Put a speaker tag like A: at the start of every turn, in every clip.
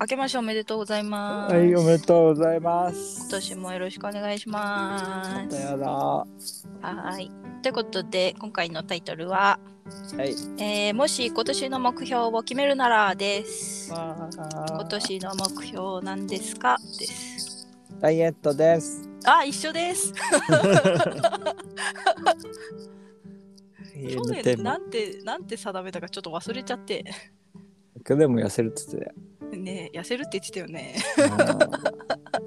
A: 明けましておめでとうございます。
B: はい、おめで
A: う。
B: とうございます。
A: 今年もよろしくお願いしま
B: だ
A: す。
B: やだ。は
A: はい。ということで、今回のタイトルは、
B: い。
A: えーもし今年の目標を決めるならです。今
B: 今。
A: 年の目標なんですかです。
B: ダイエットです。
A: あ、一緒です。去
B: 家の
A: 年
B: テーマ
A: なんて、なんて定めたかちょっと忘れちゃって。
B: 僕でも痩せるっつって
A: ねえ痩せるって言ってたよね。
B: たよ。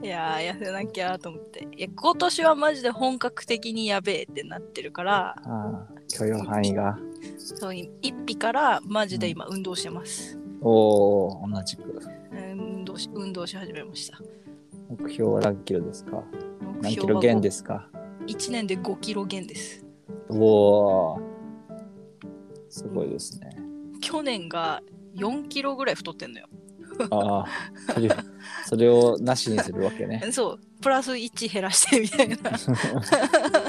B: うん
A: いやー、痩せなきゃと思って。いや、今年はマジで本格的にやべえってなってるから、
B: あー許容範囲が。
A: そう一匹からマジで今運動してます、
B: おお、同じく。
A: うん運動し運動し始めました
B: 目標は何キロですか
A: 目
B: 何キ
A: 標
B: ロ
A: は
B: 減
A: 1
B: ですか
A: 年で5キロ減です
B: おおー。すごいで すね。
A: 去年が4キロぐらい太ってんのよ
B: ああ、それそれをなしにするわけね。
A: そうプラス1減らしてみたいな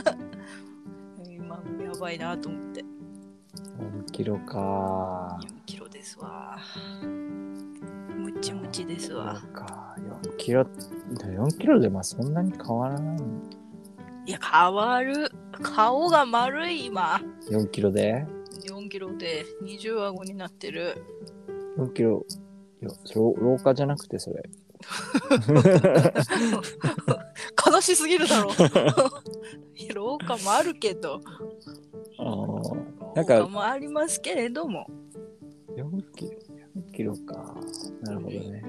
A: 今やばいなと思って
B: 4キロか。
A: 4キロですわむちむちですわ
B: そうか4キロ4キロでまあそんなに変わらない
A: いや変わる顔が丸い今
B: 4キロで
A: 4キロで20顎になってる
B: 4キロいやそれ老化じゃなくてそれ
A: 悲しすぎるだろいや廊下もあるけど
B: あー
A: 廊
B: なんか
A: 下もありますけれども
B: 4キロ4キロかなるほどね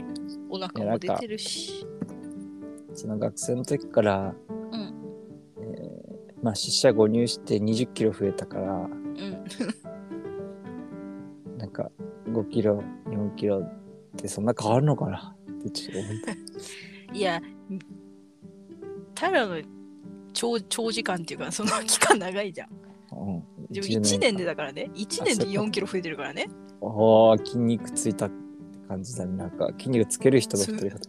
A: お腹も出てるし
B: その学生の時から、
A: ん
B: えーまあ死者誤入して2 0キロ増えたから
A: うん
B: なんか5キロ4キロってそんな変わるのかなってちょっと思っ
A: いや平の長長時間っていうかその期間長いじゃん
B: た、うん、
A: でも1年で
B: だ
A: だからね1年で
B: あそうか
A: 4キロ増えてるからね
B: ああ筋肉ついたって感じだねなんか筋肉つける人の太り方だね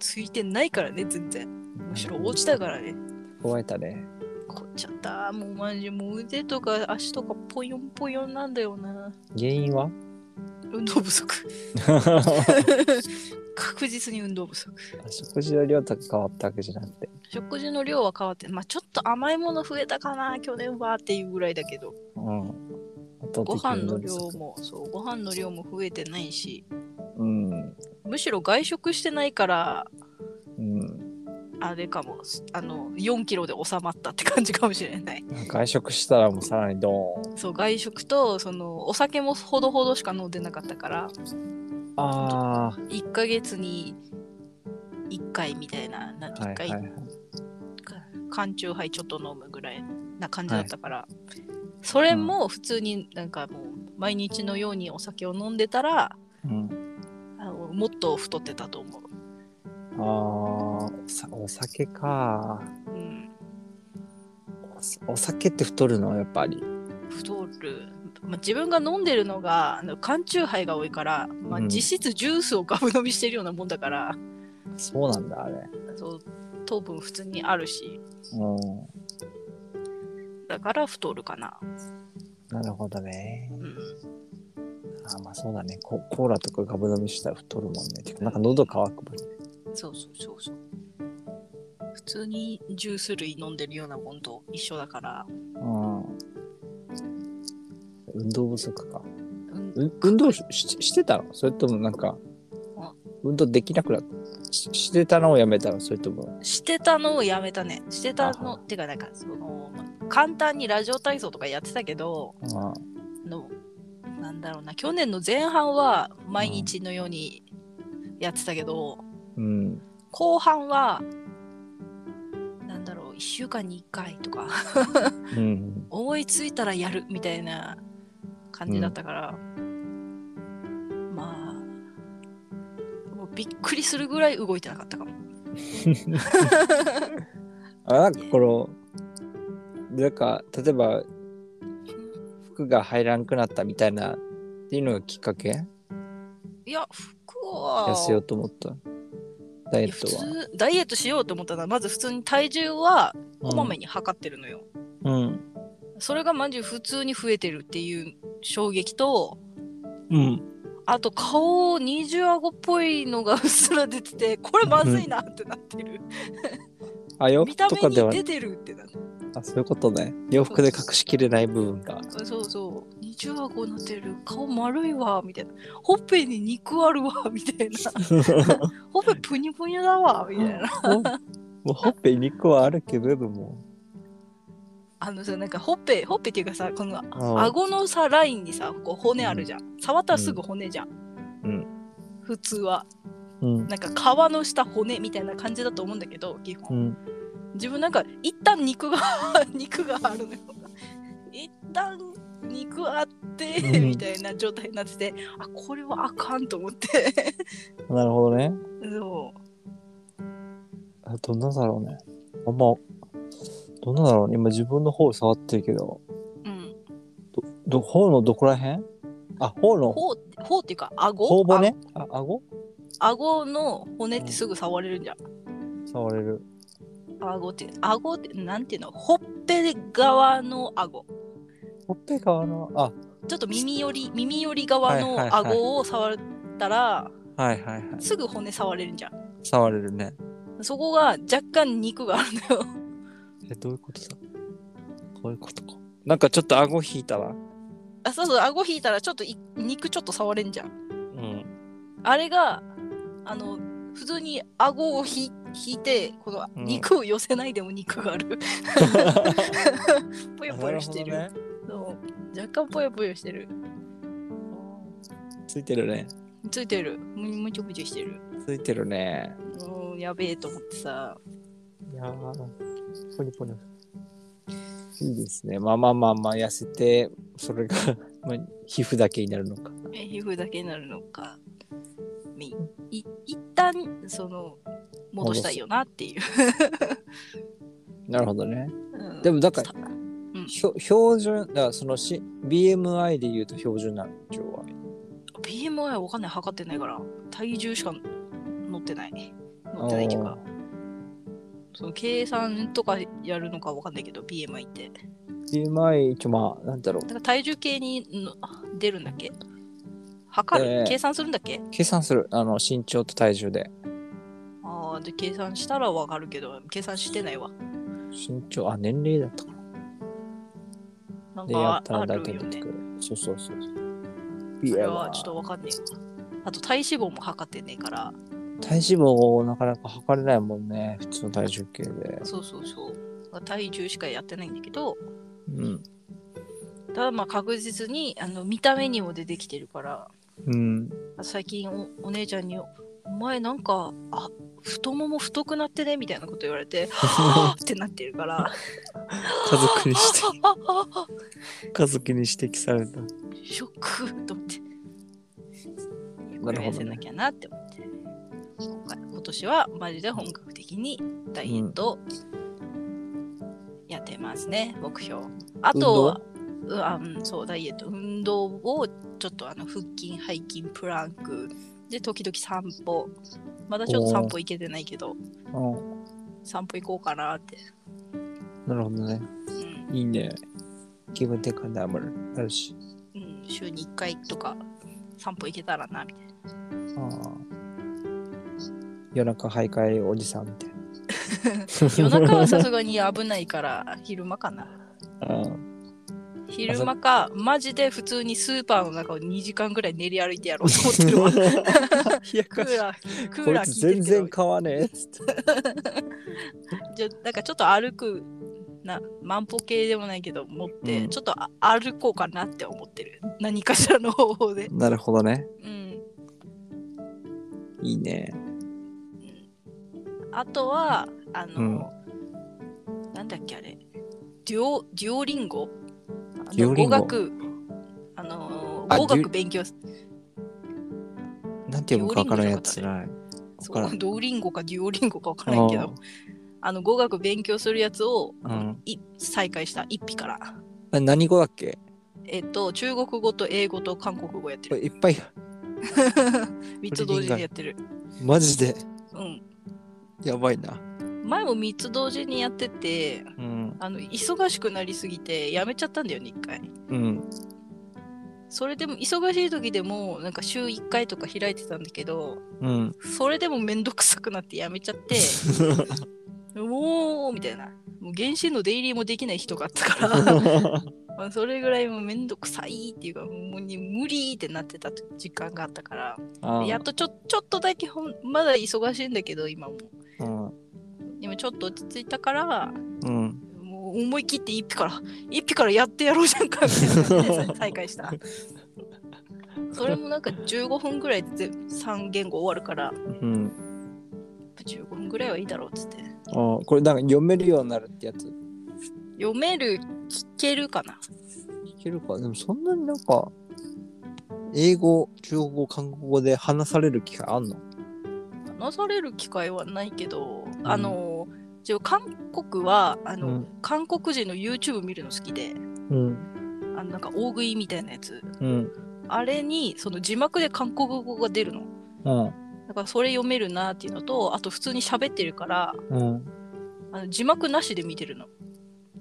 A: ついてないからね全然むしろ落ちたからね
B: 壊れたね。
A: こっちゃったもうマジもう腕とか足とかポヨンポヨンなんだよな
B: 原因は
A: 運動不 足確実に運動不足
B: 食事の量とか変わったわけじゃなくて。
A: 食事の量は変わって、まあ、ちょっと甘いもの増えたかな去年はっていうぐらいだけど
B: うん。圧倒
A: ご
B: 的な
A: 飯
B: 運動
A: の
B: 不
A: 量
B: 足。
A: もそうご飯の量も増えてないし
B: うん。
A: むしろ外食してないから
B: うん。
A: あれかもあの4キロで収まったって感じかもしれない
B: 外食したらもうさらにドーン。
A: そう外食とそのお酒もほどほどしか飲んでなかったから
B: あ
A: 1ヶ月に1回みたいなな
B: あ。は
A: 1
B: いは
A: 回
B: いはい。
A: 缶チューハイちょっと飲むぐらいな感じだったから、それも普通になんかもう毎日のようにお酒を飲んでたら
B: うん、
A: あのもっと太ってたと思う、
B: ああー、おさお酒か。
A: うん、
B: おさお酒って太るのやっぱり。
A: 太る、まあ、自分が飲んでるのがあの缶チューハイが多いから、まあ、
B: うん
A: 実質ジュースをガブ飲みしてるようなもんだから、
B: そうなんだ、あれ。
A: そう糖分普通にあるし
B: うん。
A: だから太るかな、
B: なるほどね。
A: うん、
B: あーまあそうだねコ。コーラとかガブ飲みしたら太るもんね。てかなんか喉乾くもんね。
A: そうそうそうそう普通にジュース類飲んでるようなもんと一緒だから、
B: うん。運動不足か。
A: うん
B: う運動しししてたのそれともなんか
A: あ
B: 運動できなくなったししてたのをやめたのそれとも
A: してたのをやめたねしてたの
B: あ
A: ってかなんかそのまあ簡単にラジオ体操とかやってたけど
B: あ
A: あのなんだろうな去年の前半は毎日のようにやってたけど、
B: うん
A: 後半はなんだろう1週間に1回とか
B: うん
A: 思いついたらやるみたいな感じだったから、まあもうびっくりするぐらい動いてなかったかも
B: あなんかこのなんか例えば服が入らんくなったみたいなっていうのがきっかけ
A: いや服は
B: 痩せようと思ったダイエ
A: いや普
B: ットは
A: 通ダイエットしようと思ったのはまず普通に体重はこまめに測ってるのよ、
B: うん
A: それがマジ普通に増えてるっていう衝撃と
B: うん
A: あと顔二重顎っぽいのがうっすら出ててこれまずいなってなってる、
B: あ、洋
A: 見
B: 服
A: た
B: とか
A: 目
B: で
A: に
B: は、
A: 出てるってなって
B: あ、そういうことね。洋服で隠しきれない部 分が。
A: そうそう二重顎なってる顔丸いわみたいなほっぺに肉あるわ みたいなほっぺぷにぷにだわみたいな
B: もうもうほっぺに肉はあるけれども。
A: あのさなんかほっぺほっぺっていうかさこの
B: あ
A: 顎のさラインにさこう骨あるじゃん、触ったらすぐ骨じゃん、
B: うん
A: 普通は
B: うん。
A: なんか皮の下骨みたいな感じだと思うんだけど基
B: う
A: 本、
B: ん。
A: 自分なんか一旦肉が 肉があるのよ一旦肉あって、
B: うん
A: みたいな状態になっててあこれはあかんと思って
B: なるほどね。
A: そう
B: あどんなだろうね。あんま、どんなだろうね。今自分の方触ってるけど。
A: うん
B: ど、頬のどこら辺あ、頬の、
A: 頬頬っていうか顎
B: 頬骨あ、顎
A: あ顎の骨ってすぐ触れるんじゃん
B: 触れる。
A: 顎って顎ってなんていうのほっぺ側の顎
B: ほっぺ側の、あ、
A: ちょっと耳寄り耳寄り側
B: はいはい
A: の
B: はい
A: 顎を触ったら、
B: はいはいはい。
A: すぐ骨触れるんじゃん
B: 触れるね。
A: そこが若干肉があるのよ
B: え、どういうことだこういうことか。なんかちょっと顎引いたわ。
A: あそうそう顎引いたらちょっとい肉ちょっと触れんじゃん
B: うん。
A: あれがあの普通に顎をひ引いてこの
B: うん
A: 肉を寄せないでも肉があ るぽよぽよしてる
B: なほどね。
A: そう若干ぽよぽよしてる
B: ついてるね。
A: ついてるむむちょむちょしてる
B: ついてるね。
A: うんやべえと思ってさ
B: いやー、ポニポニ。いいですね。まあまあまあまあ、痩せて、それが、 まあ、皮膚だけになるのか。
A: え皮膚だけになるのかみい一旦その戻したいよなっていう、
B: なるほどね。
A: うん
B: でもだから
A: さ
B: ひょ標準、だからそのし BMI で言うと標準なの、今日は。
A: BMI わかんない測ってないから体重しか乗ってない乗ってないっていうかその計算とかやるのかわかんないけど BMI ってだか
B: BMI、一応まあ、なんだろう。
A: ら体重計にの出るんだっけ測る、
B: えー
A: 計算するんだっけ
B: 計算する。あの、身長と体重で。
A: ああで計算したらわかるけど計算してないわ
B: 身長、あ、年齢だったかな。
A: なん
B: で、やっ
A: か
B: た
A: あ
B: ら
A: る
B: 大
A: よ
B: 体出て
A: ね
B: くる。そうそうそう。
A: そ
B: BMI
A: れはちょっとわかんねえわあと体脂肪も測ってねえから
B: 体脂肪をなかなか測れないもんね。普通の体重計で。
A: そうそうそう。体重しかやってないんだけど、
B: うん。
A: ただまあ確実にあの見た目にも出てきてるから、
B: うん。
A: 最近おお姉ちゃんに、お前なんか、あ太もも太くなってねみたいなこと言われて、はぁってなってるから、
B: 家族にして、
A: あああ
B: 家族に指摘された。
A: ショックと思って。こ
B: な
A: れ
B: る
A: は
B: ほ
A: 痩
B: ど
A: せ
B: ね
A: なきゃなって思って。今回今年はマジで本格的にダイエットをやってますね、目標。あとは、うあうん、そう、ダイエット。運動をちょっとあの腹筋、背筋、プランク、で、時々散歩。まだちょっと散歩行けてないけど、
B: うん。
A: 散歩行こうかなって。
B: なるほどね。
A: うん
B: いいね。気分転換でもあるし。
A: うん、週に1回とか散歩行けたらなみたいな。
B: ああ。夜中徘徊おじさんみたいな。
A: 夜中はさ すがに危ないから、昼間かな。
B: うん。
A: 昼間か、マジで普通にスーパーの中を2時間ぐらい練り歩いてやろうと思ってるわ。
B: 冷
A: ク
B: やかし
A: ーラー、クー
B: こい
A: ラー
B: つ
A: 効いてるけ
B: 全
A: ど
B: 然、買わねえっつって。
A: じゃなんかちょっと歩く、な万歩計でもないけど、持って、
B: うん
A: ちょっとあ歩こうかなって思ってる。何かしらの方法で。
B: なるほどね。
A: うん。
B: いいね。
A: あとは、あの、なんだっけあれ、デュオ、デュオリンゴあの
B: デュオリンゴ
A: 語学、あの、
B: あ
A: 語
B: デ
A: 学
B: ュ
A: 勉強す、
B: なんて読むかわからんやつない。
A: そ
B: から
A: う、
B: ん
A: ドウリンゴかデュオリンゴかわからんけど。あの語学勉強するやつを、
B: うん
A: い再開した一匹から。
B: あ何語だっけ
A: えっと、中国語と英語と韓国語やって
B: これ
A: る。
B: いっぱい、
A: 3つ同時にやってる。
B: マジで
A: うん。
B: やばいな。
A: 前も3つ同時にやってて、
B: うん。
A: あの忙しくなりすぎてやめちゃったんだよね、1回。
B: うん。
A: それでも忙しい時でもなんか週1回とか開いてたんだけど
B: うん。
A: それでもめんどくさくなってやめちゃって もうみたいなもう原神の出入りもできない日とかあったから まあそれぐらいもうめんどくさいっていうかもうに無理ってなってた時間があったから
B: あ
A: やっとちょちょっとだけほんまだ忙しいんだけど今も
B: うん。
A: 今ちょっと落ち着いたから
B: うん。
A: もう思い切って一匹から一匹からやってやろうじゃんかみたいな感じで再開したそれもなんか15分ぐらいで3言語終わるから
B: うん。
A: 15分ぐらいはいいだろうっつって
B: あーこれなんか読めるようになるってやつ。聞
A: 読める聞けるかな
B: けるか。でもそんなになんか、英語、中国語、韓国語で話される機会あんの
A: 話される機会はないけど、あの一応韓国はあの、
B: うん
A: 韓国人の YouTube 見るの好きで
B: うん。
A: あのなんか大食いみたいなやつ
B: うん。
A: あれにその字幕で韓国語が出るの
B: うん。
A: だからそれ読めるなっていうのとあと普通に喋ってるから
B: うん。
A: あの字幕なしで見てるの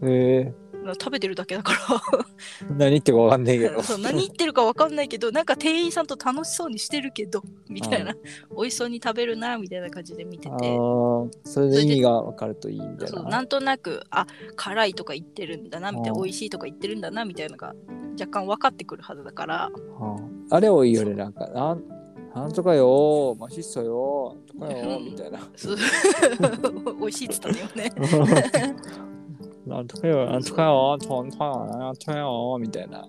B: え
A: 食べてるだけだか
B: ー、何言ってるかわかんないけど
A: ら。そう 何言ってるか分かんないけどなんか店員さんと楽しそうにしてるけどみたいな、美味しそうに食べるなみたいな感じで見て
B: あ
A: て
B: ーそれで意味がわかるといいみたい
A: そう
B: な。
A: なんとなくあ辛いとか言ってるんだなみたいな
B: うん
A: 美味しいとか言ってるんだなみたいなのが若干分かってくるはずだから
B: あーあれを言うよね、なんか、なんなんとかよー、マシッソよー、なんとかよ
A: うん
B: ー、みたいな。
A: そう美味しいって言ったのよね
B: なんとかよ、なんとかよ、とんとん、なんとかよ、みたいな。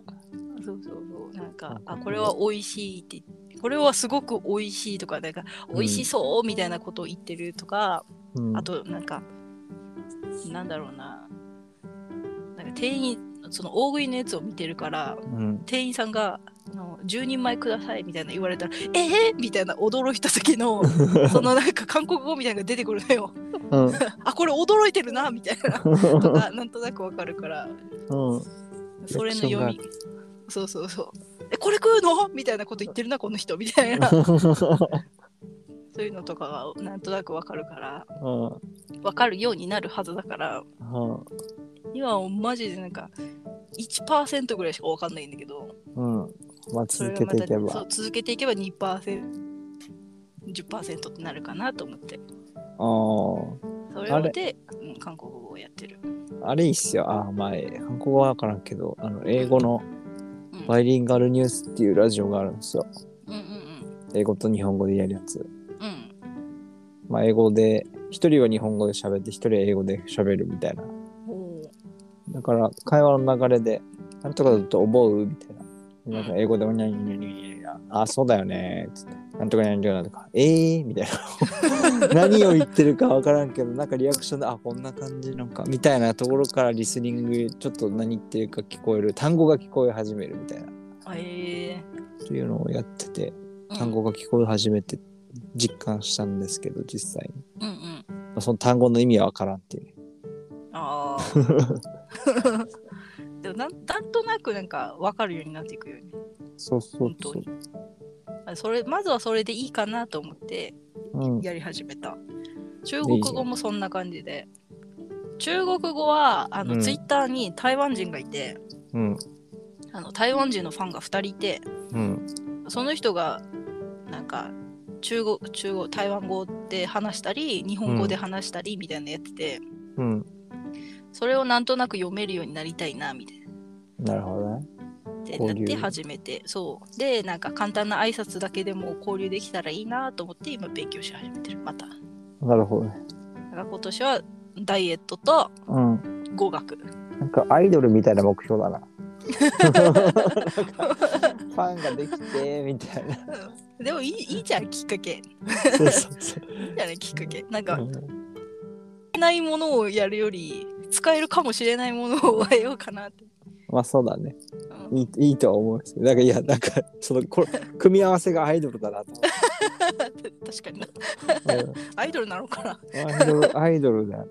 A: そうそうそうなんかあこれは美味しいってこれはすごく美味しいとかなんか
B: うん
A: 美味しそうみたいなことを言ってるとか、
B: うん
A: あとなんか、なんだろうな、なんか店員、その大食いのやつを見てるから、
B: うん、
A: 店員さんが、あの10人前くださいみたいな言われたら、えー、みたいな驚いた時 の、そのなんか韓国語みたいなのが出てくるのよ。
B: うん、
A: あ、これ驚いてるな、みたいな。とか、なんとなくわかるから、
B: うん、
A: それの読み。そうそうそう。え、これ食うのみたいなこと言ってるな、この人、みた いな。そういうのとかがなんとなくわかるから、
B: うん、
A: わかるようになるはずだから、今はマジでなんか1%ぐらいしか分かんないんだけど
B: うん、まあ、
A: それ
B: 続
A: が
B: けていけ
A: またそ
B: ば
A: う。続けていけば 2%10% ってなるかなと思って
B: あ
A: それをで、うん、韓国語をやってる、
B: あ、あれいいっすよ。あー、まあ、韓国語はわからんけど、あの、英語の
A: うん、
B: バイリンガルニュースっていうラジオがあるんですよ。
A: うんうん
B: 英語と日本語でやるやつ。
A: うんうん
B: まあ、英語で、一人は日本語で喋って、一人は英語で喋るみたいな。
A: おー
B: だから会話の流れで、なんとかだと思うみたいな。なんか英語でおにゃにゃにゃにゃにゃあ、そうだよねーっつって。なんとかにゃにゃにゃとか、えーみたいな。何を言ってるかわからんけど、なんかリアクションで、あ、こんな感じのか。みたいなところからリスニング、ちょっと何言ってるか聞こえる。単語が聞こえ始めるみたいな。
A: あえ
B: っていうのをやってて、
A: ー、
B: 単語が聞こえ始めて実感したんですけど、実際に。
A: うんうんうん
B: まあその単語の意味はわからんっていうね。
A: あ ーでもなんなんとなくなんか分かるようになっていくよね
B: そうそう
A: 本
B: そ
A: 当
B: う
A: に。あそれまずはそれでいいかなと思って
B: うん。
A: やり始めた。中国語もそんな感じで。中国語はあの、
B: うん
A: ツイッターに台湾人がいて
B: うん。
A: あの台湾人のファンが2人いて
B: うん。
A: その人がなんか中国中国台湾語で話したり日本語で話したりみたいなのやってて、
B: うん。
A: それをなんとなく読めるようになりたいなみたいな。
B: なるほどね。
A: ってなっ
B: 交流
A: て始めてそうでなんか簡単な挨拶だけでも交流できたらいいなと思って今勉強し始めてるまただか
B: なるほどね。
A: ら今年はダイエットと
B: うん。
A: 語学
B: なんかアイドルみたいな目標だ な。ファンができてみたいな。
A: でもいいいいじゃんきっかけいい
B: そうそうそう。
A: じゃないきっかけなんか
B: う
A: い
B: ん
A: ないものをやるより使えるかもしれないものを得ようかなって、
B: まあそうだね。
A: うん
B: いいいいとは思うんですけど、なんかいやなんかそのこれ組み合わせがアイドルだなと
A: 確かにな
B: 思って。
A: アイドルなのかな
B: うんアイドルアイドルだな。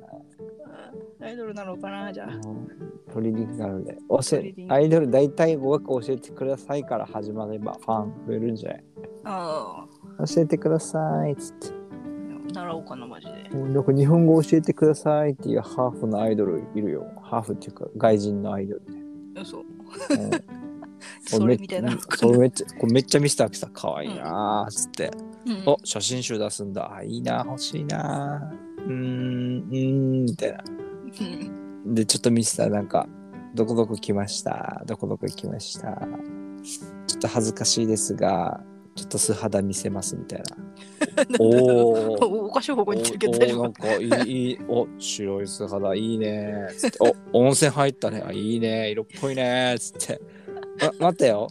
A: アイドルなのかなじゃあ
B: トリリンガルで。教
A: トリ
B: え
A: リンガ
B: アイドル大体語学教えてくださいから始まればファン増えるんじゃない
A: あ
B: 教えてくださいっつって。
A: あ習おうかなマジで
B: なんか日本語教えてくださいっていうハーフのアイドルいるよ。ハーフっていうか外人のアイドルね。
A: そう
B: うん
A: それみたいなの
B: それめっちゃこれめっちゃ見せたわけさ可愛いなーっつって、
A: うん
B: お写真集出すんだあいいな欲しいなーうーんうーんみたいな
A: うん
B: でちょっと見せたらなんか「どこどこ来ましたどこどこ行きました」ちょっと恥ずかしいですがちょっと素肌見せますみた いなおー
A: おおかしい方向に行ってるけど
B: お
A: 大丈
B: お
A: 夫
B: なんかいいいいお白い素肌いいねーつってお温泉入ったねあいいね色っぽいねーつってあ待ってよ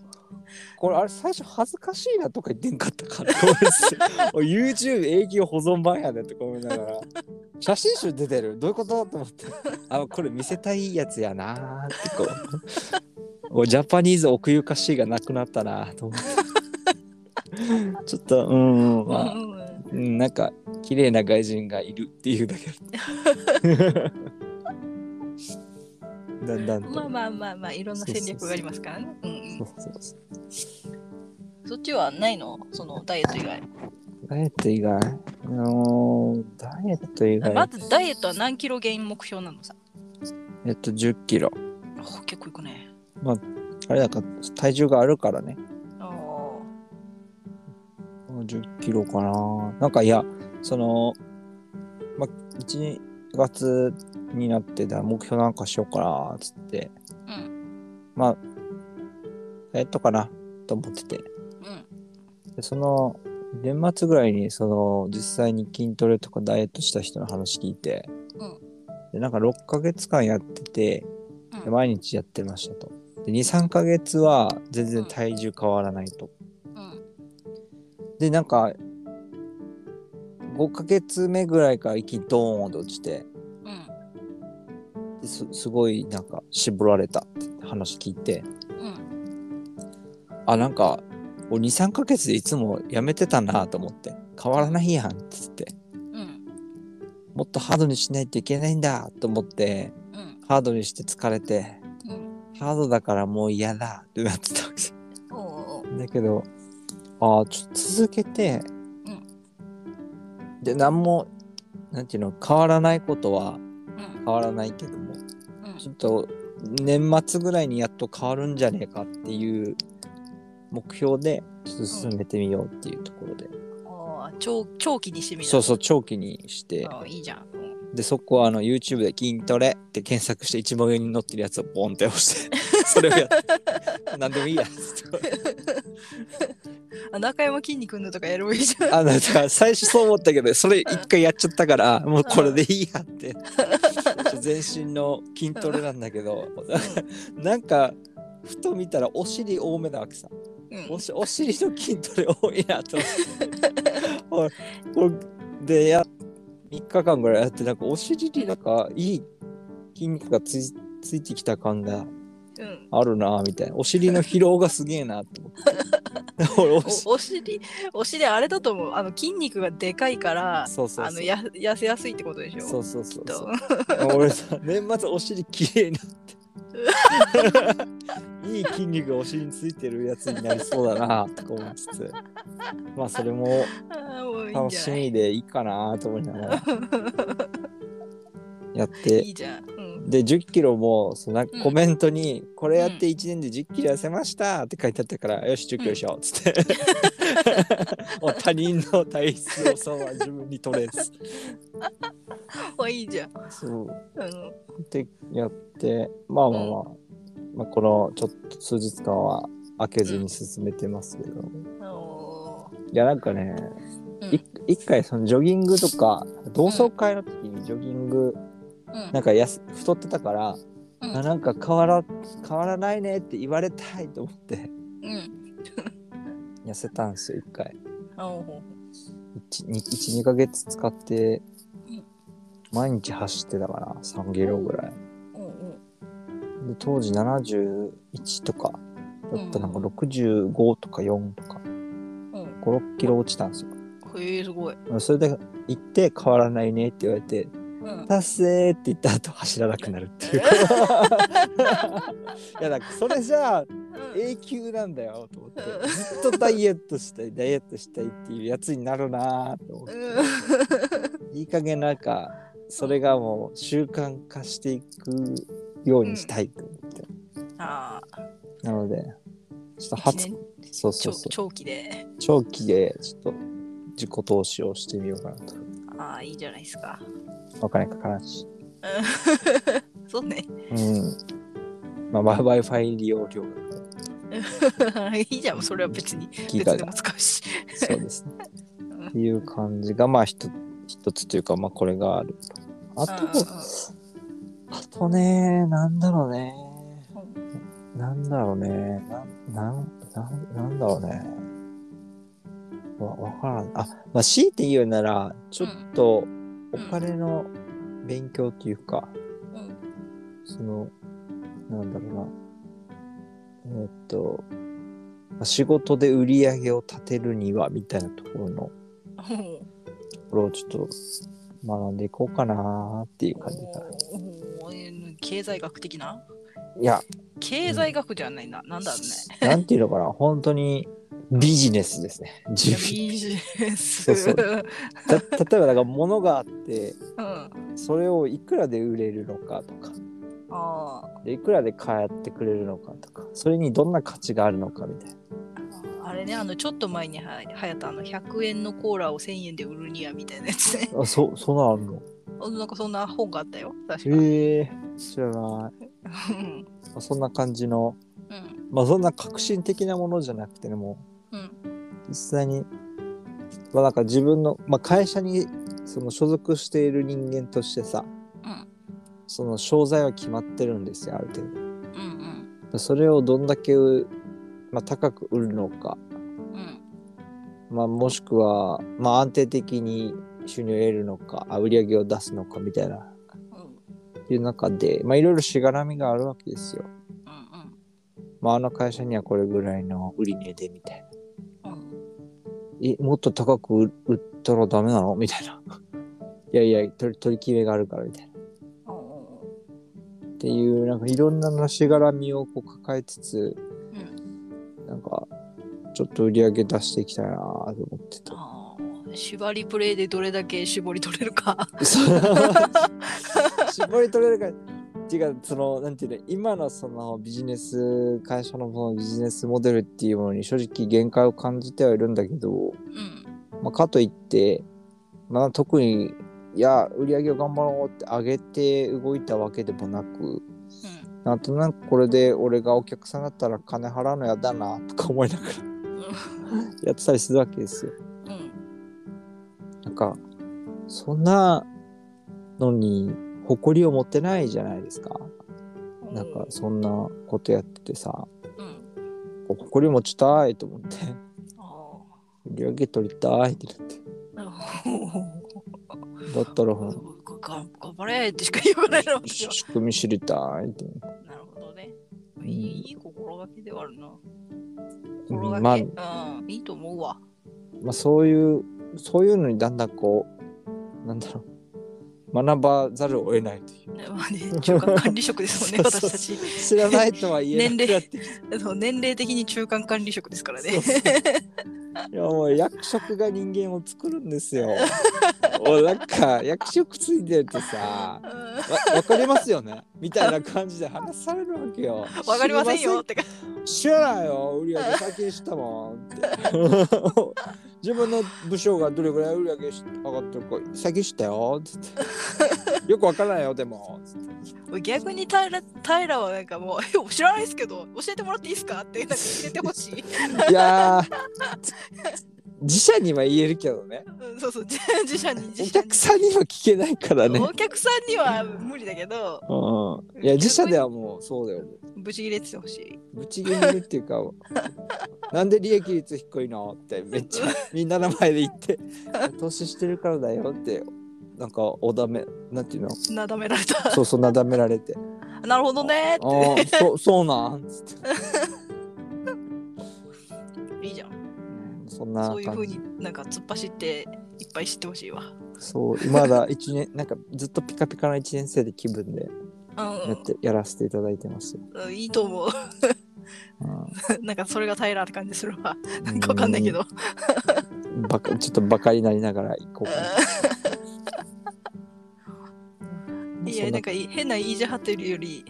B: これあれ最初恥ずかしいなとか言ってんかったかなと思いますお YouTube 永久保存版やでとか思いながら写真集出てるどういうことと思ってあこれ見せたいやつやなーってこうおジャパニーズ奥ゆかしいがなくなったなーと思ってちょっとうんうんまあ、
A: うんうんうん
B: うん、なんか綺麗な外人がいるっていうだけだだんだんと、
A: まあまあまあまあいろんな戦略がありますからね。うん
B: そうそうそう
A: うんそっちはないのそのダイエット以外。
B: ダイエット以外あのーダイエット以外、
A: まずダイエットは何キロ減目標なのさ。
B: えっと1 0キロ
A: お結構いくね。
B: あれだから体重があるからね
A: あー
B: 1 0キロかななんかいやそのまあ1月になってだ目標なんかしようかなっつって、
A: う
B: まあダイエットかなと思ってて
A: うん
B: でその年末ぐらいにその実際に筋トレとかダイエットした人の話聞いて、
A: うん
B: でなんか6ヶ月間やっててで
A: うん
B: 毎日やってましたとで23ヶ月は全然体重変わらない
A: う
B: と、
A: ん
B: でなんか5ヶ月目ぐらいから一気にドーンと落ちて
A: うん
B: ですすごいなんか絞られたって話聞いて
A: うん
B: あなんか23ヶ月でいつもやめてたなと思って変わらないやんっつって
A: うん
B: もっとハードにしないといけないんだと思って
A: うん
B: ハードにして疲れて
A: うん
B: ハードだからもう嫌だってなってたわけです
A: おうおう
B: だけどああちょっと続けて、で何もなんていうの変わらないことは
A: うん
B: 変わらないけども
A: うん
B: ちょっと年末ぐらいにやっと変わるんじゃねえかっていう目標でちょっと進めてみようっていうところで、
A: あー長長期にしてみる。
B: そうそう長期にして
A: あーいいじゃん。うん
B: で、そこはあの YouTube で筋トレって検索して一番上に載ってるやつをボンって押して、それをやって、なんでもいいやつって。
A: あ中山筋肉のとかやればいいじゃん。
B: あ、なんか最初そう思ったけど、それ一回やっちゃったから、もうこれでいいやって。全身の筋トレなんだけど、なんか、ふと見たらお尻多めなわけさ。
A: うん
B: おしお 尻の筋トレ多いなと思っておいこれでや3日間ぐらいやってなんかお尻になんかいい筋肉がついついてきた感が
A: うん
B: あるなみたいなお尻の疲労がすげえなと思って俺おし
A: おお尻、お尻あれだと思う。あの筋肉がでかいから、
B: そうそう
A: あ
B: そ
A: の
B: う
A: や痩せやすいってことでしょ。
B: そうそうそう
A: きっ
B: そ
A: と
B: う俺さ年末お尻綺麗になっ ていい筋肉がお尻についてるやつになりそうだなとか思いつつまあそれも
A: あーもういいん
B: 楽
A: じゃ
B: し
A: ない
B: みでいいかなと思いながらやって
A: いいじゃん。うん。
B: で1 0キロもそのなんか
A: うん
B: コメントに「これやって1年で1 0キロ痩せました」って書いてあったから「よし1 0キロしよう」っつ ってお他人の体質をそうは自分に取れず
A: あいいじゃん。
B: そう
A: うん。
B: ってやってまあまあまあ、まあ、このちょっと数日間は開けずに進めてますけど、
A: お
B: いやなんかね、
A: うん
B: い一回そのジョギングとか同窓会の時にジョギング、
A: ーうん
B: なんかやす太ってたから、
A: うん
B: あなんか変わら変わらないねって言われたいと思って
A: うん。
B: 痩せたんですよ一回
A: おー
B: 12ヶ月使って
A: うん
B: 毎日走ってたから3キロぐらい
A: おー
B: で当時71とかだったなんか
A: うん
B: 65とか4とか
A: うん
B: 56キロ落ちたんですよ
A: おーへえすごい。
B: それで行って変わらないねって言われて
A: うん。
B: 達成って言った後走らなくなるっていう いやなんかそれじゃあ永久なんだよと思って
A: うん
B: ずっとダイエットしたいダイエットしたいっていうやつになるなぁと思っ
A: うん。
B: て
A: うん
B: いい加減なんかそれがもう習慣化していくようにしたいと思って、
A: ああ。
B: なのでちょっと
A: 一
B: 初
A: 年
B: そうそ
A: 長
B: うそう
A: 長期で。
B: 長期でちょっと自己投資をしてみようかなと
A: ああ、いいじゃないですか。
B: お金かからんし
A: うんそうね。
B: うんまあ Wi-Fi 利用料が
A: いいじゃん、それは別に。
B: ギ
A: 別
B: ガ
A: で
B: が
A: も使うし。
B: そうですね。
A: うん
B: っていう感じが、まあ、一つ一つというか、まあ、これがあると。あと、あとね、なんだろうね。なんだろうね。なん、なん、なんなんだろうね。わ、わからん。あ、まあ、強いて言うなら、ちょっと、お金の勉強というか、
A: うんうんうん
B: その、なんだろうな。えーっと、まあ仕事で売り上げを立てるには、みたいなところの、
A: うん
B: これをちょっと学んでいこうかなっていう感じだ。
A: おー経済学的ない
B: や、
A: 経済学じゃないな。なんだろうね。
B: なんていうのかな、本当にビジネスですね。
A: い
B: 自
A: や
B: 分
A: ビジネス。
B: そうそう
A: うん
B: た 例えば、だから物があって、それをいくらで売れるのかとか、
A: あー
B: でいくらで買ってくれるのかとか、それにどんな価値があるのかみたいな。
A: あれね、あの、ちょっと前にははやったあの、100円のコーラを1000円で売るにはみたいなやつね。
B: あ、そ、そんなのあるの
A: あなんかそんな本があったよ。確かに。
B: へえ知らない。
A: うん
B: まあそんな感じの、
A: うん
B: まあそんな革新的なものじゃなくてね、もう
A: うん
B: 実際に、まあ、なんか自分の、まあ、会社にその所属している人間としてさ、
A: うん
B: その商材は決まってるんですよある程
A: うん
B: 度それをどんだけう、まあ、高く売るのか、
A: うんうん
B: まあ、もしくは、まあ、安定的に収入を得るのかあ売り上げを出すのかみたいな
A: うん
B: っていう中で、まあ、いろいろしがらみがあるわけですよ、
A: うん
B: まあ、あの会社にはこれぐらいの売り値でみたいな
A: うん
B: えもっと高く売売ったらダメなのみたいな いやいや取り取り決めがあるからみたいな
A: うんうんうん
B: っていうなんかいろんなしがらみをこう抱えつつ、なんかちょっと売り上げ出していきたいなと思ってた。
A: あー縛りプレイでどれだけ絞り取れるか。
B: 絞り取れるかっていうかそのなんていうの今のそのビジネス会社のそのビジネスモデルっていうものに正直限界を感じてはいるんだけど、
A: うん。
B: まあ、かといって、まあ、特にいや売り上げを頑張ろうって上げて動いたわけでもなく、なんとなくこれで俺がお客さんだったら金払うのやだなとか思いながらやってたりするわけですよ。
A: うん。うん。
B: なんかそんなのに誇りを持ってないじゃないですか。
A: う
B: なんか、そんなことやっててさ
A: うん。
B: こう誇り持ちたいと思って
A: あ
B: 売り上げ取りたいってなって
A: あ。
B: だったらほら
A: が頑張れってしか言わないの。
B: し仕組み知りたいって
A: なるほどね。
B: うん
A: いいいい心がけではあるな。
B: うん
A: 心がけ、うん、いいと思うわ。
B: まあ、そういうそういうのにだんだんこうなんだろう学ばざるを得ないと いう
A: ねまあね、中間管理職ですもんね、
B: そうそう
A: 私たち。
B: 知らないとは言えなくなって
A: そう年齢的に中間管理職ですからね。
B: そうそう いやもう役職が人間を作るんで すよ。おなんか役職ついてるとさ
A: うん
B: わわかりますよねみたいな感じで話されるわけよ。
A: わかりませんよってか。
B: 知らないよ売り上げ先にしたもんって 自分の部署がどれぐらい売り上げし上がってるか先知ったよつってよくわからないよでもつって
A: 逆に平平はなんかもう え「知らないですけど教えてもらっていいですか?」ってなんか入れてほ しい
B: いやー自社には言えるけどね
A: うんそうそう自自社に
B: お
A: 自社に
B: 客さんには聞けないからね。
A: お客さんには無理だけど
B: うん、いや自社ではもうそうだよ
A: ブチ切れててほしい
B: ぶち切れるっていうか なんで利益率低いのってめっ ちゃみんなの前で言って投資してるからだよってなんかおだめなんていうの
A: なだめられた
B: そうそうなだめられて
A: なるほどね
B: ああ そうそうなんつって
A: いいじゃん
B: うんそんな
A: そう
B: 感
A: いうふう
B: じ
A: になんか突っ走っていっぱい知ってほしいわ
B: そうまだ一年なんかずっとピカピカの一年生で気分でやっ
A: う
B: てやらせていただいてますよ、
A: ん、うん、いいと思う
B: う
A: なんかそれが平って感じするわ
B: ん、
A: なんか わかんないけど
B: うんバカちょっとバカになりながら行こうかな
A: うんい
B: そ
A: や
B: ん
A: なん
B: な
A: かいい変なイージーハテルより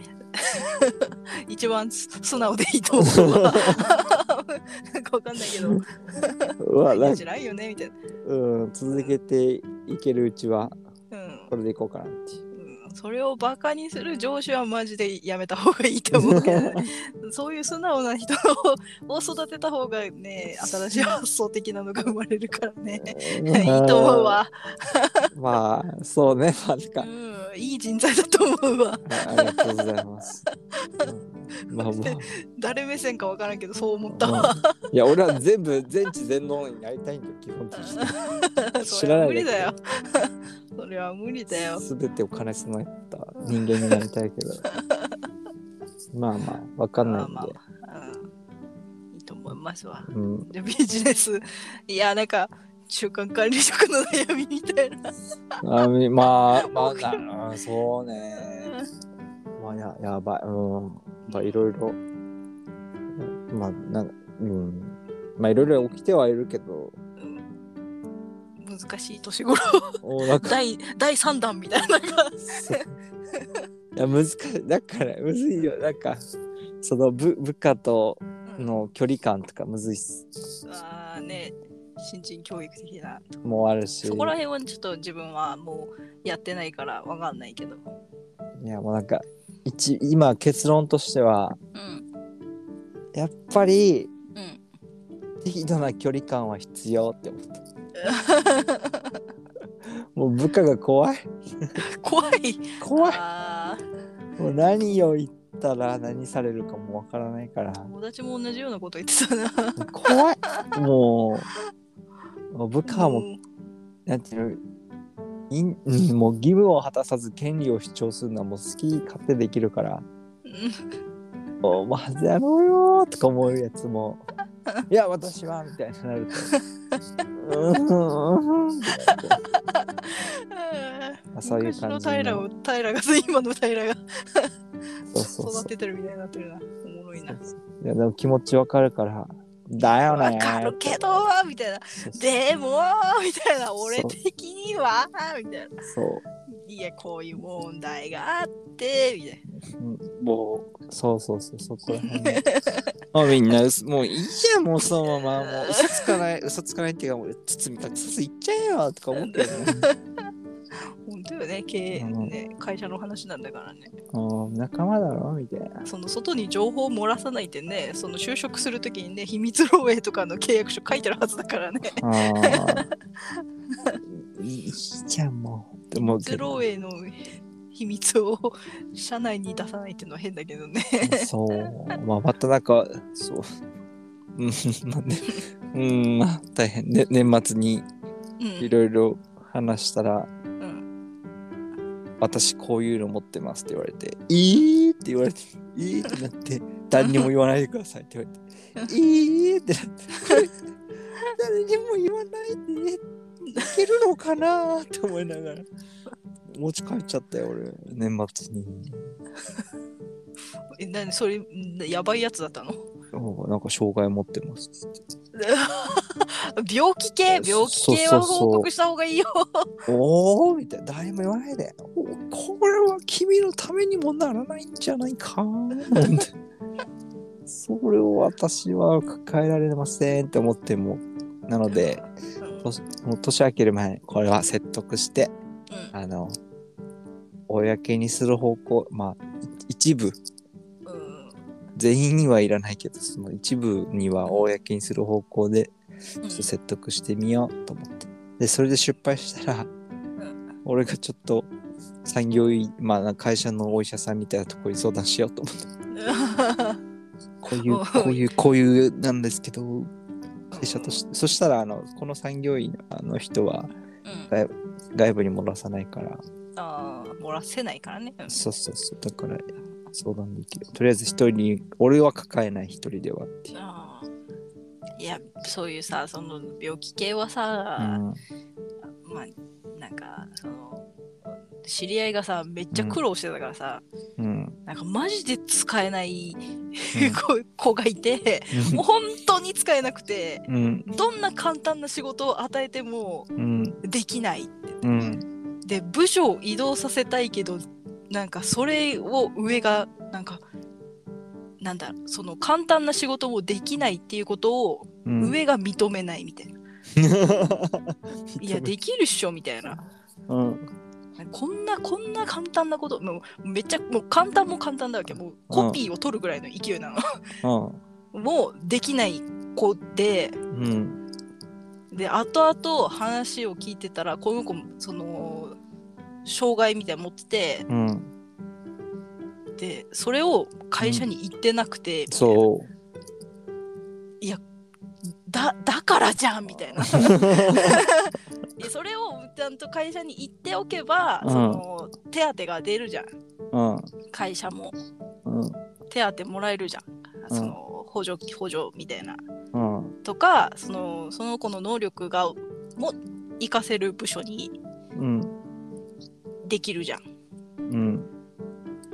A: 一番す素直でいいと思う わ。なんかわかんないけど、
B: うわなん
A: 毎
B: か
A: 日 LINE よねみたいな。
B: うん、続けていけるうちは
A: うん
B: これでいこうかなっていう
A: うんそれをバカにする上司はマジでやめた方がいいと 思うけどね、そういう素直な人を育てた方がね、新しい発想的なのが生まれるからね。 いいと思う。わ、
B: まあそ うねまあなん
A: う
B: か
A: ん。いい人材だと思うわ。
B: あありがとうございます。うんまあまあ
A: 誰目線かわからんけど、そう思ったわ。
B: うんいや俺は全部全知全能になりたいんだよ基本的に 知ら
A: それは
B: ない
A: 無理だよ。 それは無理だよ。
B: 全てを兼ね備えた人間になりたいけどまあまあわかんないんで、
A: まあまあうんいいと思いますわ。
B: うん、
A: でビジネス、いや、なんか、中間管理職の悩みみたいな。
B: あ みまあまあなあそうねまあややばいうんまあいろいろまあなんうんまあいろいろ起きてはいるけど
A: 難しい年頃
B: おなん か
A: 第第3弾みたいななんか
B: いや難しいだからむずいよなんかその部部下との距離感とかむずいっす
A: あーね新人教育的な
B: もうあるし
A: そこら辺はちょっと自分はもうやってないからわかんないけど
B: いやもうなんか一今結論としては
A: うん
B: やっぱり
A: うん
B: 適度な距離感は必要って思ったもう部下が怖い
A: 怖い
B: 怖い
A: あー
B: もう何を言ったら何されるかもわからないから
A: 友達も同じようなこと言ってたな
B: 怖いもうもう部下も
A: ん
B: なんていうのいんうんもう義務を果たさず権利を主張するのはもう好き勝手できるから
A: うん
B: 「お前やろうよ」とか思うやつも「いや私は」みたいになると「うーんうーん」あそういう
A: 昔
B: 感
A: の
B: じの
A: 平を平が 今の平が
B: そうそうそう
A: 育ててるみたいになってるなおもろいない
B: やでも気持ちわかるから「だよ
A: わ
B: ね」
A: かるけどみたいな
B: そうそう
A: でもみたいな
B: そう
A: 俺的にはみたいな
B: そう
A: いやこういう問題があってみたいな
B: うんもうそうそうそうそこら 辺ねもうみんな嘘もういいやもうそのままもう嘘つか ない嘘つかないっていうかもう包み隠さずいっちゃえよとか思ってるね
A: 本当よね経営、
B: うん
A: ね会社の話なんだからね
B: うん仲間だろみたいな。
A: その外に情報を漏らさないでねその就職するときにね秘密漏洩とかの契約書書いてるはずだからね
B: あーいいいいじゃんもう。って思う
A: 秘
B: け
A: 密漏
B: ど。
A: 洩の秘密を 社内に出さないっていうのは変だけどね
B: そう。まあまたなんかそう。うんまあね。うんまあ大変で年末に
A: う
B: い
A: ん
B: ろいろ話したら、
A: ん
B: 私こういうの持ってますって言われて「いい!」って言われて「いい!」ってなって「誰にも言わないでください」って言われて「いい!」ってなって「誰にも言わないでいけるのかな?」って思いながら持ち帰っちゃったよ俺年末に
A: え何それんやばいやつだった の
B: おなんか障害持ってますっつって
A: 病気系病気系は報告した方がいいよ
B: おおみたいな誰も言わないでおこれは君のためにもならないんじゃないかなんてそれを私は抱えられませんって思ってもなので
A: うん
B: 年もう年明ける前にこれは説得して
A: うん
B: あの公にする方向まあい一部
A: うん
B: 全員にはいらないけどその一部には公にする方向でちょっと説得してみようと思って。で、それで失敗したら、俺がちょっと産業医、まあなんか会社のお医者さんみたいなところに相談しようと思って、こういう、
A: おい
B: こういう、こういうなんですけど、会社として、そしたら、あの、この産業医のあの人は
A: うん
B: 外部に漏らさないから、
A: あー漏らせないからねうん
B: そうそうそう、だから相談できる。とりあえず一人に、俺は抱えない一人ではっていう。
A: あーいやそういうさその病気系はさ、
B: うん
A: まあなんかその知り合いがさめっちゃ苦労してたからさ、
B: うん。
A: なんかマジで使えない、子子がいてもう本当に使えなくて
B: うん。
A: どんな簡単な仕事を与えても
B: うん。
A: できない
B: うん。
A: で部署を移動させたいけどなんかそれを上がなんかなんだろうその簡単な仕事をできないっていうことを
B: うん
A: 上が認めないみたいな、いやできるっしょみたいな
B: うん
A: こんなこんな簡単なこともうめっちゃもう簡単も簡単だわけもうコピーを取るぐらいの勢いなの、
B: うん
A: もうできない子で
B: うん
A: で後々話を聞いてたらこの子もその障害みたいなの持って
B: うん
A: てでそれを会社に行ってなくて、
B: そう
A: だだからじゃんみたい なでそれをちゃんと会社に行っておけば、
B: うん
A: その手当が出るじゃん
B: うん
A: 会社も
B: うん
A: 手当もらえるじゃん、
B: うん
A: その補助補助みたいな
B: うん
A: とかそのその子の能力がも活かせる部署に
B: うん
A: できるじゃん
B: うん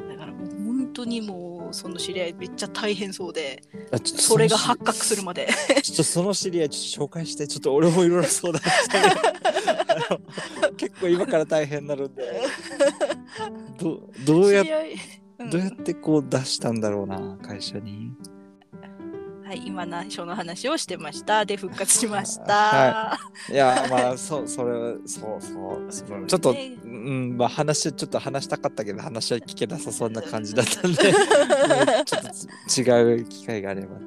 A: だからもう本当にもうその知り合いめっちゃ大変そうで
B: あちょっと
A: それが
B: その
A: 発覚するまで
B: ちょっとその知り合いちょっと紹介してちょっと俺もいろいろ相談してあの 結構今から大変になるんでどどう
A: 知
B: や
A: り合い、うん
B: どうやってこう出したんだろうな会社に
A: はい、今内緒の話をしてましたで復活しました、
B: はいいやまあそうそれそうそうそ
A: そう
B: う
A: ね
B: ちょっと、うんまあ話ちょっと話したかったけど話は聞けなさそうな感じだったんで まあちょっとつ違う機会があれば
A: うん、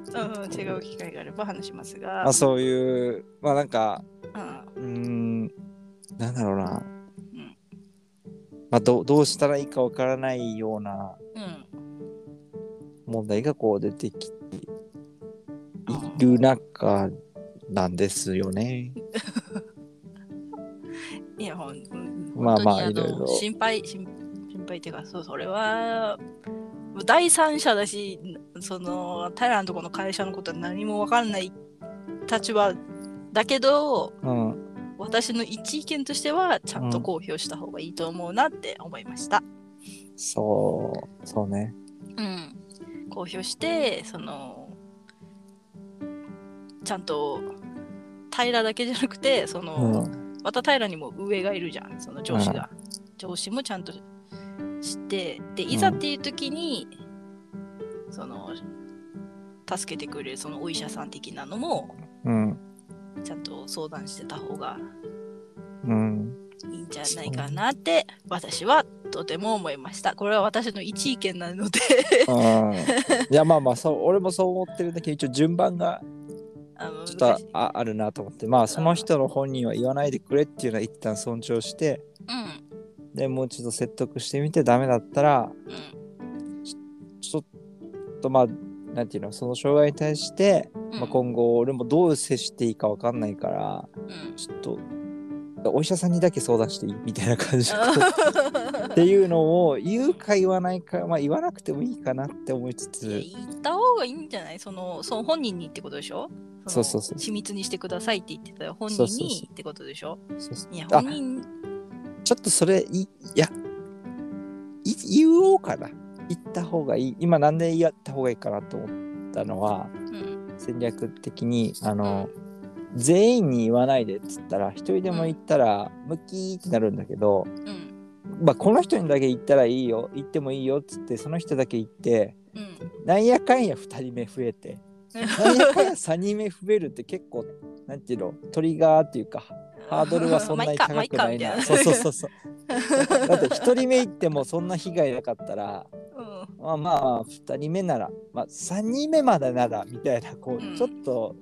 A: 違う機会があれば話しますが
B: まあ、そういうまあなんか
A: うん
B: うーんなんだろうな、
A: ん
B: まあ、どどうしたらいいかわからないような
A: うん
B: 問題がこう出てきている中なんですよね。
A: いやほんうん
B: まあまあ
A: 本当に
B: いろいろ
A: の心配心心配っていうかそうそれは第三者だしその平のとこの会社のことは何も分かんない立場だけど
B: うん、
A: 私の一意見としてはちゃんと公表した方がいいと思うなって思いました。
B: そうそうね。
A: うん、公表してそのちゃんと平だけじゃなくてその、
B: うん
A: また平にも上がいるじゃんその上司が、上司もちゃんとしてでいざっていう時に、その助けてくれるそのお医者さん的なのも
B: うん
A: ちゃんと相談してた方が
B: うん
A: いいんじゃないかなって私はとても思いましたこれは私の一意見な ので
B: うん、いやまあまあそう俺もそう思ってるんだけど一応順番が
A: あの
B: ちょっとああるなと思ってまあその人の本人は言わないでくれっていうのは一旦尊重して
A: うん
B: でもうちょっと説得してみてダメだったら
A: うん
B: ちょっとまあなんていうのその障害に対して、
A: うん
B: まあ、今後俺もどう接していいかわかんないから
A: うん
B: ちょっとお医者さんにだけ相談していいみたいな感じでっ
A: い
B: ていうのを言うか言わないかまあ言わなくてもいいかなって思いつ
A: や
B: つ
A: 言った方がいいんじゃないそのその本人にってことでしょの
B: そうそうそう
A: 秘密にしてくださいって言ってたよ本人
B: そうそうそ
A: にってことでしょ
B: そうそう
A: いや
B: あ
A: 本人
B: ちょっとそれいいやい言おうかな言った方がいい今なんで言った方がいいかなと思ったのは
A: うん
B: 戦略的にあの、全員に言わないでっつったら一人でも言ったらムキーってなるんだけど、
A: うん
B: まあ、この人にだけ言ったらいいよ言ってもいいよっつってその人だけ言って
A: うん
B: なんやかんや2人目増えてなんやかんや3人目増えるって結構なんていうのトリガーっていうかハードルはそんなに
A: まあ
B: 高
A: いっ
B: く
A: か
B: ないな。
A: まあっ
B: そ
A: か
B: う
A: みた
B: そうそうそう。だって1人目行ってもそんな被害なかったら、
A: うん
B: まあまあまあ2人目なら、まあ3人目までならみたいな、こ
A: うん
B: う、ちょっと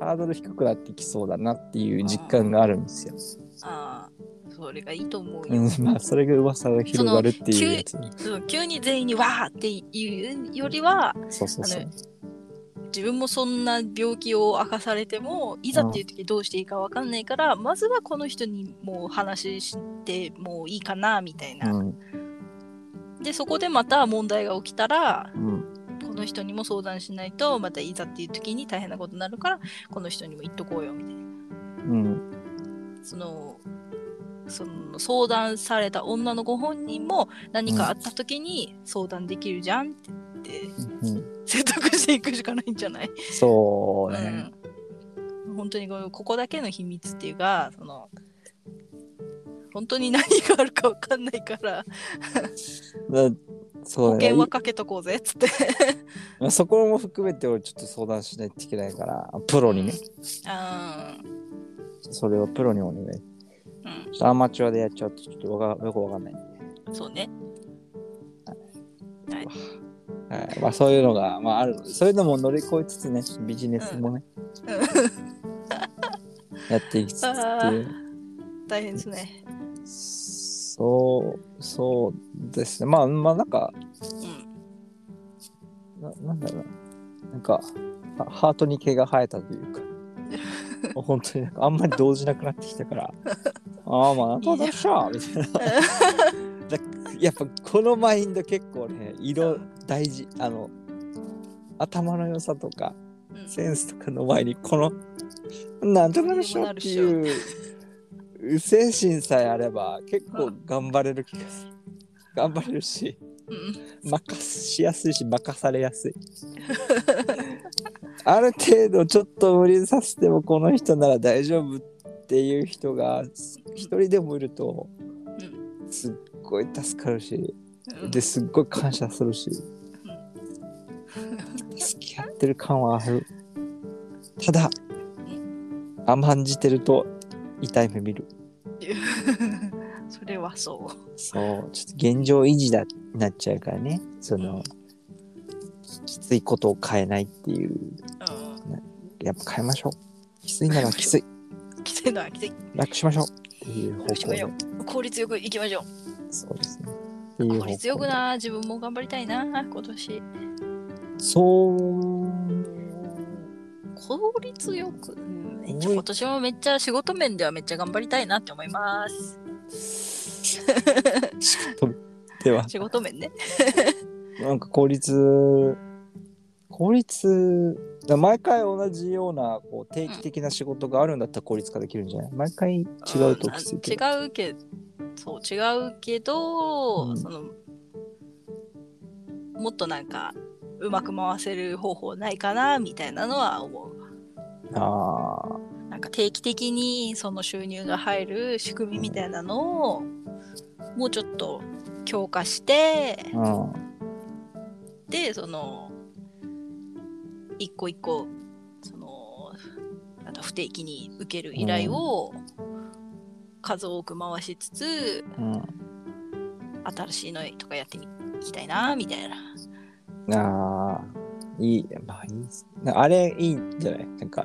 B: ハードル低くなってきそうだなっていう実感があるんですよ。
A: ああそれがいいと思う
B: う
A: よ、
B: ん、まあそれが噂が広がるっていうやつ。
A: そう急に全員にわーって言うよりは
B: そうそうそう。
A: 自分もそんな病気を明かされてもいざっていう時どうしていいかわかんないから、まずはこの人にもう話してもういいかなみたいうな、
B: ん、
A: でそこでまた問題が起きたら
B: うん、
A: この人にも相談しないとまたいざっていう時に大変なことになるからこの人にも言っとこうよみたいな。
B: うん、
A: そのその相談された女のご本人も何かあった時に相談できるじゃんって言って
B: うん。
A: 説得していくしかないんじゃない、
B: そうね。
A: うん、本当にこのここだけの秘密っていうかその本当に何があるか分かんないから
B: だそう
A: 保
B: だね
A: 険はかけとこうぜっつって
B: まあそこも含めて俺ちょっと相談しないといけないからプロにね
A: あー
B: それをプロにお願いちょっとアマチュアでやっちゃうとちょっとわがよくわかんないんで、
A: うんそうね
B: はいまあ、そういうのが、まあ、あるのでそういうのも乗り越えつつねビジネスもね、やっていきつつっていう
A: 大変ですね
B: そう、そうですね。まあ、まあ、なんか、
A: うん
B: ななんだろうな。なんか、ハハートに毛が生えたというか、本当になんかあんまり動じなくなってきたから、ああ、まあ、なんとかどうしようみたいな。だやっぱ、このマインド結構ね、色大事。あの、頭の良さとか、
A: うん
B: センスとかの前に、この、なんとかでしょっていう、精神さえあれば、結構頑張れる気がする。頑張れるし、
A: うん
B: 任しやすいし、任されや すい。ある程度、ちょっと無理させても、この人なら大丈夫っていう人が、一人でもいると、すっごい助かるし、
A: うん
B: ですっごい感謝するし、付き合ってる感はあるただ甘んじてると痛い目見る
A: それはそう
B: そうちょっと現状維持だになっちゃうからねそのきついことを変えないっていうやっぱ変えましょうきついならきつい
A: うんきついのはきつい
B: 楽しましょうっていう方
A: 楽し
B: 向
A: ま
B: で
A: しょ効率よくいきましょ
B: そうですねっていう
A: 効
B: う方向
A: 率よくな自分も頑張りたいな今年
B: そう
A: 効率よく、うんめっちゃ
B: おい
A: 今年もめっちゃ仕事面ではめっちゃ頑張りたいなって思います
B: では
A: 仕事面ね
B: なんか効率効率だから毎回同じようなこう定期的な仕事があるんだったら効率化できるんじゃない毎回違うときついけど、
A: うん違うけどそう違うけど、
B: うん
A: そのもっとなんかうまく回せる方法ないかなみたいなのは思う
B: ああ
A: なんか定期的にその収入が入る仕組みみたいなのをもうちょっと強化して
B: うん
A: でその一個一個そのなんだ不定期に受ける依頼を数多く回しつつ、新しいのとかやってみいきたいなみたいな
B: うんああいいまあいいっすなあれいいんじゃないなんか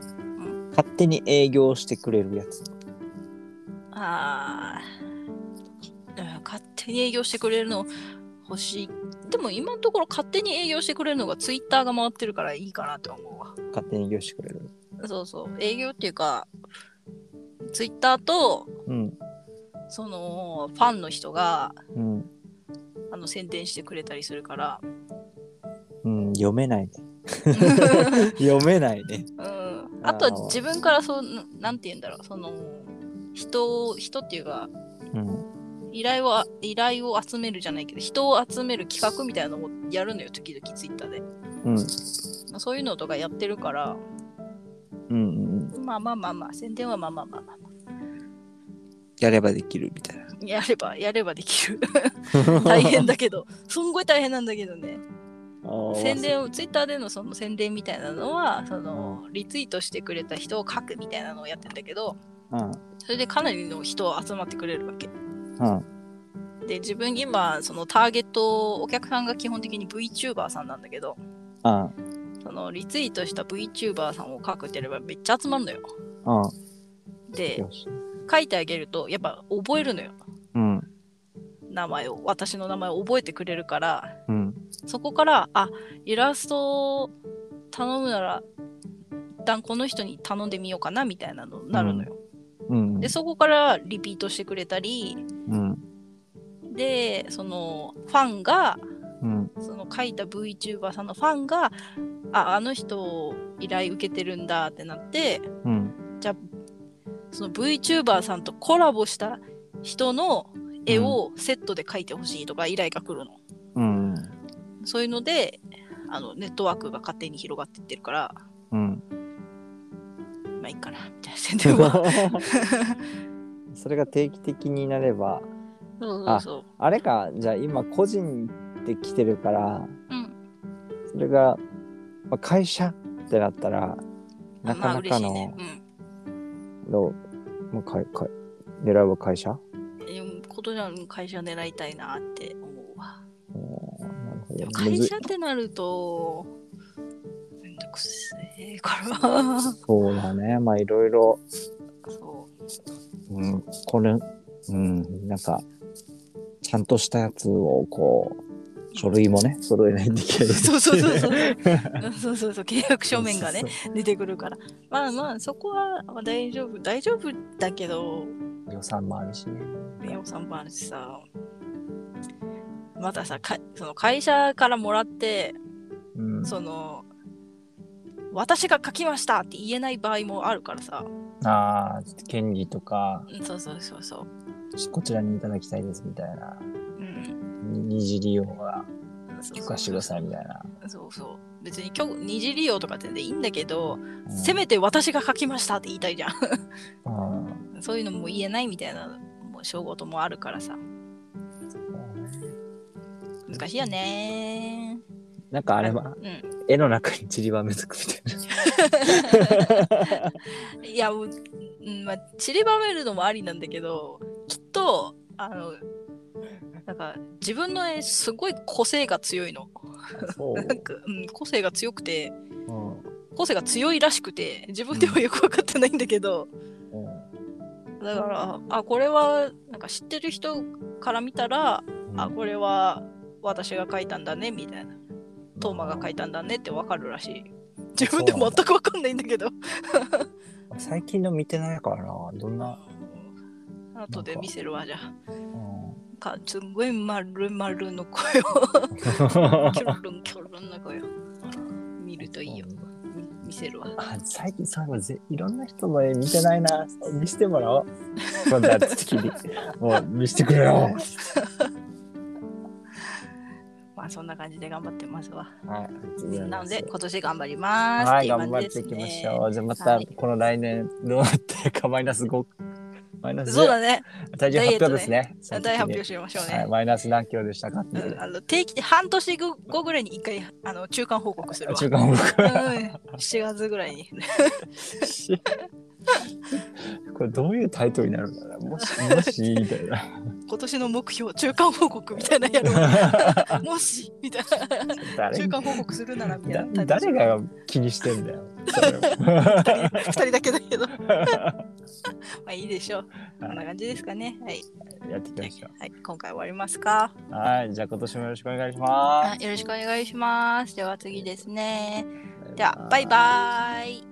B: 勝手に営業してくれるやつ
A: あーうん勝手に営業してくれるの欲しいでも今のところ勝手に営業してくれるのがツイッターが回ってるからいいかなと思うわ
B: 勝手に営業してくれる
A: そうそう営業っていうかツイッターと
B: うん
A: そのファンの人が
B: うん
A: あの宣伝してくれたりするから
B: うん読めないね読めないね
A: うん
B: あー
A: あとは自分からそうななんて言うんだろうその人を人っていうか
B: うん
A: 依頼を依頼を集めるじゃないけど人を集める企画みたいなのをやるのよ時々ツイッターで
B: うん
A: まあそういうのとかやってるから
B: うんうん
A: まあまあまあまあ宣伝はまあまあまあ、ま
B: やればできるみたいな
A: あ、やればやればできる大変だけどすんごい大変なんだけどね
B: あー
A: 宣伝をツイッターでのその宣伝みたいなのはそのリツイートしてくれた人を書くみたいなのをやってんだけど
B: うん
A: それでかなりの人を集まってくれるわけ
B: うん
A: で自分今そのターゲットお客さんが基本的に VTuber さんなんだけど
B: うん
A: そのリツイートした VTuber さんを書くってやればめっちゃ集まるのよ
B: うん
A: で
B: よし
A: 書いてあげるとやっぱ覚えるのよ
B: うん
A: 名前を私の名前を覚えてくれるから
B: うん
A: そこからあイラストを頼むなら一旦この人に頼んでみようかなみたいなのになるのよ、
B: うん
A: でそこからリピートしてくれたり
B: うん
A: でそのファンが
B: うん
A: その書いた VTuber さんのファンがああの人依頼受けてるんだってなって
B: うん
A: その VTuber さんとコラボした人の絵をセットで描いてほしいとか依頼が来るの、
B: うん
A: そういうのであのネットワークが勝手に広がっていってるから
B: うん
A: まあいいかなみたいな宣伝は
B: それが定期的になれば
A: そうそうそう
B: あれかじゃあ今個人ってきてるから
A: うん。
B: それが、まあ、会社ってなったらな
A: まあ
B: かな
A: 嬉
B: か
A: しい
B: の,、
A: ね。
B: のもうかいかい狙う会社
A: うんえ。ことじゃん会社狙いたいなって思うわ。
B: おーなるほ
A: で
B: ど
A: も
B: む
A: 会
B: ずい
A: 社ってなると、めんどくせえから。
B: そうだねまあいろいろ、
A: そ
B: うん、これうんなんかちゃんとしたやつをこう
A: う。
B: 書類もね揃えないといけない
A: そうそうそうそう
B: う
A: うんそうそうそう契約書面がね出てくるからまあまあそこはまあ大丈夫大丈夫だけど
B: 予算もあるしね
A: レオさんもあるしさまたさかその会社からもらって
B: うん
A: その私が書きましたって言えない場合もあるからさ
B: ああ権利とか
A: うんそうそうそうそう
B: こちらにいただきたいですみたいな
A: うん
B: に二次利用が
A: そう
B: 許
A: そう
B: 可してくださいみたいな、
A: そうそう別に今日二次利用とか全然いいんだけど、
B: うん
A: せめて私が書きましたって言いたいじゃん
B: うん
A: そういうのも言えないみたいなもう小事もあるからさ難しいよね
B: なんかあれは
A: う
B: 絵の中に散りばめつくみたいなん
A: いやもう、うんまあ、散りばめるのもありなんだけどきっとあのなんか自分の絵すごい個性が強いの
B: そう
A: なんか、うん、個性が強くて
B: うん
A: 個性が強いらしくて自分ではよく分かってないんだけどだからあこれはなんか知ってる人から見たら、
B: うん
A: あこれは私が書いたんだねみたいなトーマが書いたんだねって分かるらしい自分でも全く分かんないんだけど
B: 最近の見てないからなどんな、
A: あとで見せるわじゃあ
B: うん、
A: かすんごい丸々の声をキョロンキョロンの声を見るといいようん見せるわ
B: あ最近そういえばぜいろんな人の絵見てないな見せても らおう今度は月きりもう見せてくれよ
A: まあそんな感じで頑張ってますわ
B: はい
A: なので今年頑張ります
B: はい、
A: う感
B: 頑張っ
A: じ
B: ていきま
A: です
B: し
A: ね
B: ょう。じゃあまた
A: はい
B: この来年どうなってるかマイナス5、マイナス
A: そう
B: 10、
A: だね
B: 体重発表ですね。
A: 大発表しましょう
B: はい、
A: ね、
B: マイナス何キロでしたかっていう
A: うん、あの定期で半年後ぐらいに一回あの中間報告するわ
B: 中間報
A: う
B: 告
A: ん、7月ぐらいに
B: これどういうタイトルになるんだろうなもし、もし、みたいな。
A: 今年の目標中間報告みたいなのやるわ もしみたいな
B: 誰
A: 中間報告するならみたいな
B: だ誰が気にしてんだよ。それ
A: 2人 ,2 人だけだけどまあいいでしょうこんな感じですかねはい、
B: やっていきましょ
A: はい、今回終わりますか
B: う。はい、じゃあ今年もよろしくお願いしま
A: あよろしくお願いしますでは次ですね
B: す。
A: ではバイバイ